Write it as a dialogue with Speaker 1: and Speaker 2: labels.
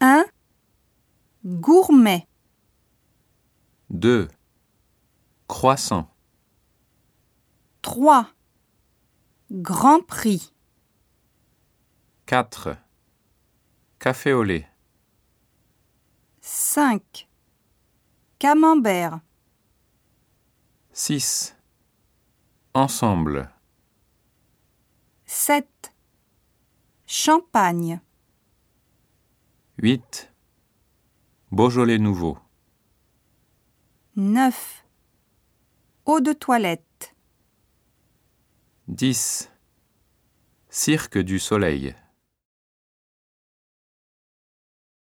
Speaker 1: 1. Gourmet.
Speaker 2: 2. Croissant.
Speaker 1: 3. Grand Prix.
Speaker 2: 4. Café au lait.
Speaker 1: 5. Camembert.
Speaker 2: 6. Ensemble.
Speaker 1: 7. Champagne.
Speaker 2: 8. Beaujolais nouveau.
Speaker 1: 9. Eau de toilette.
Speaker 2: 10. Cirque du soleil.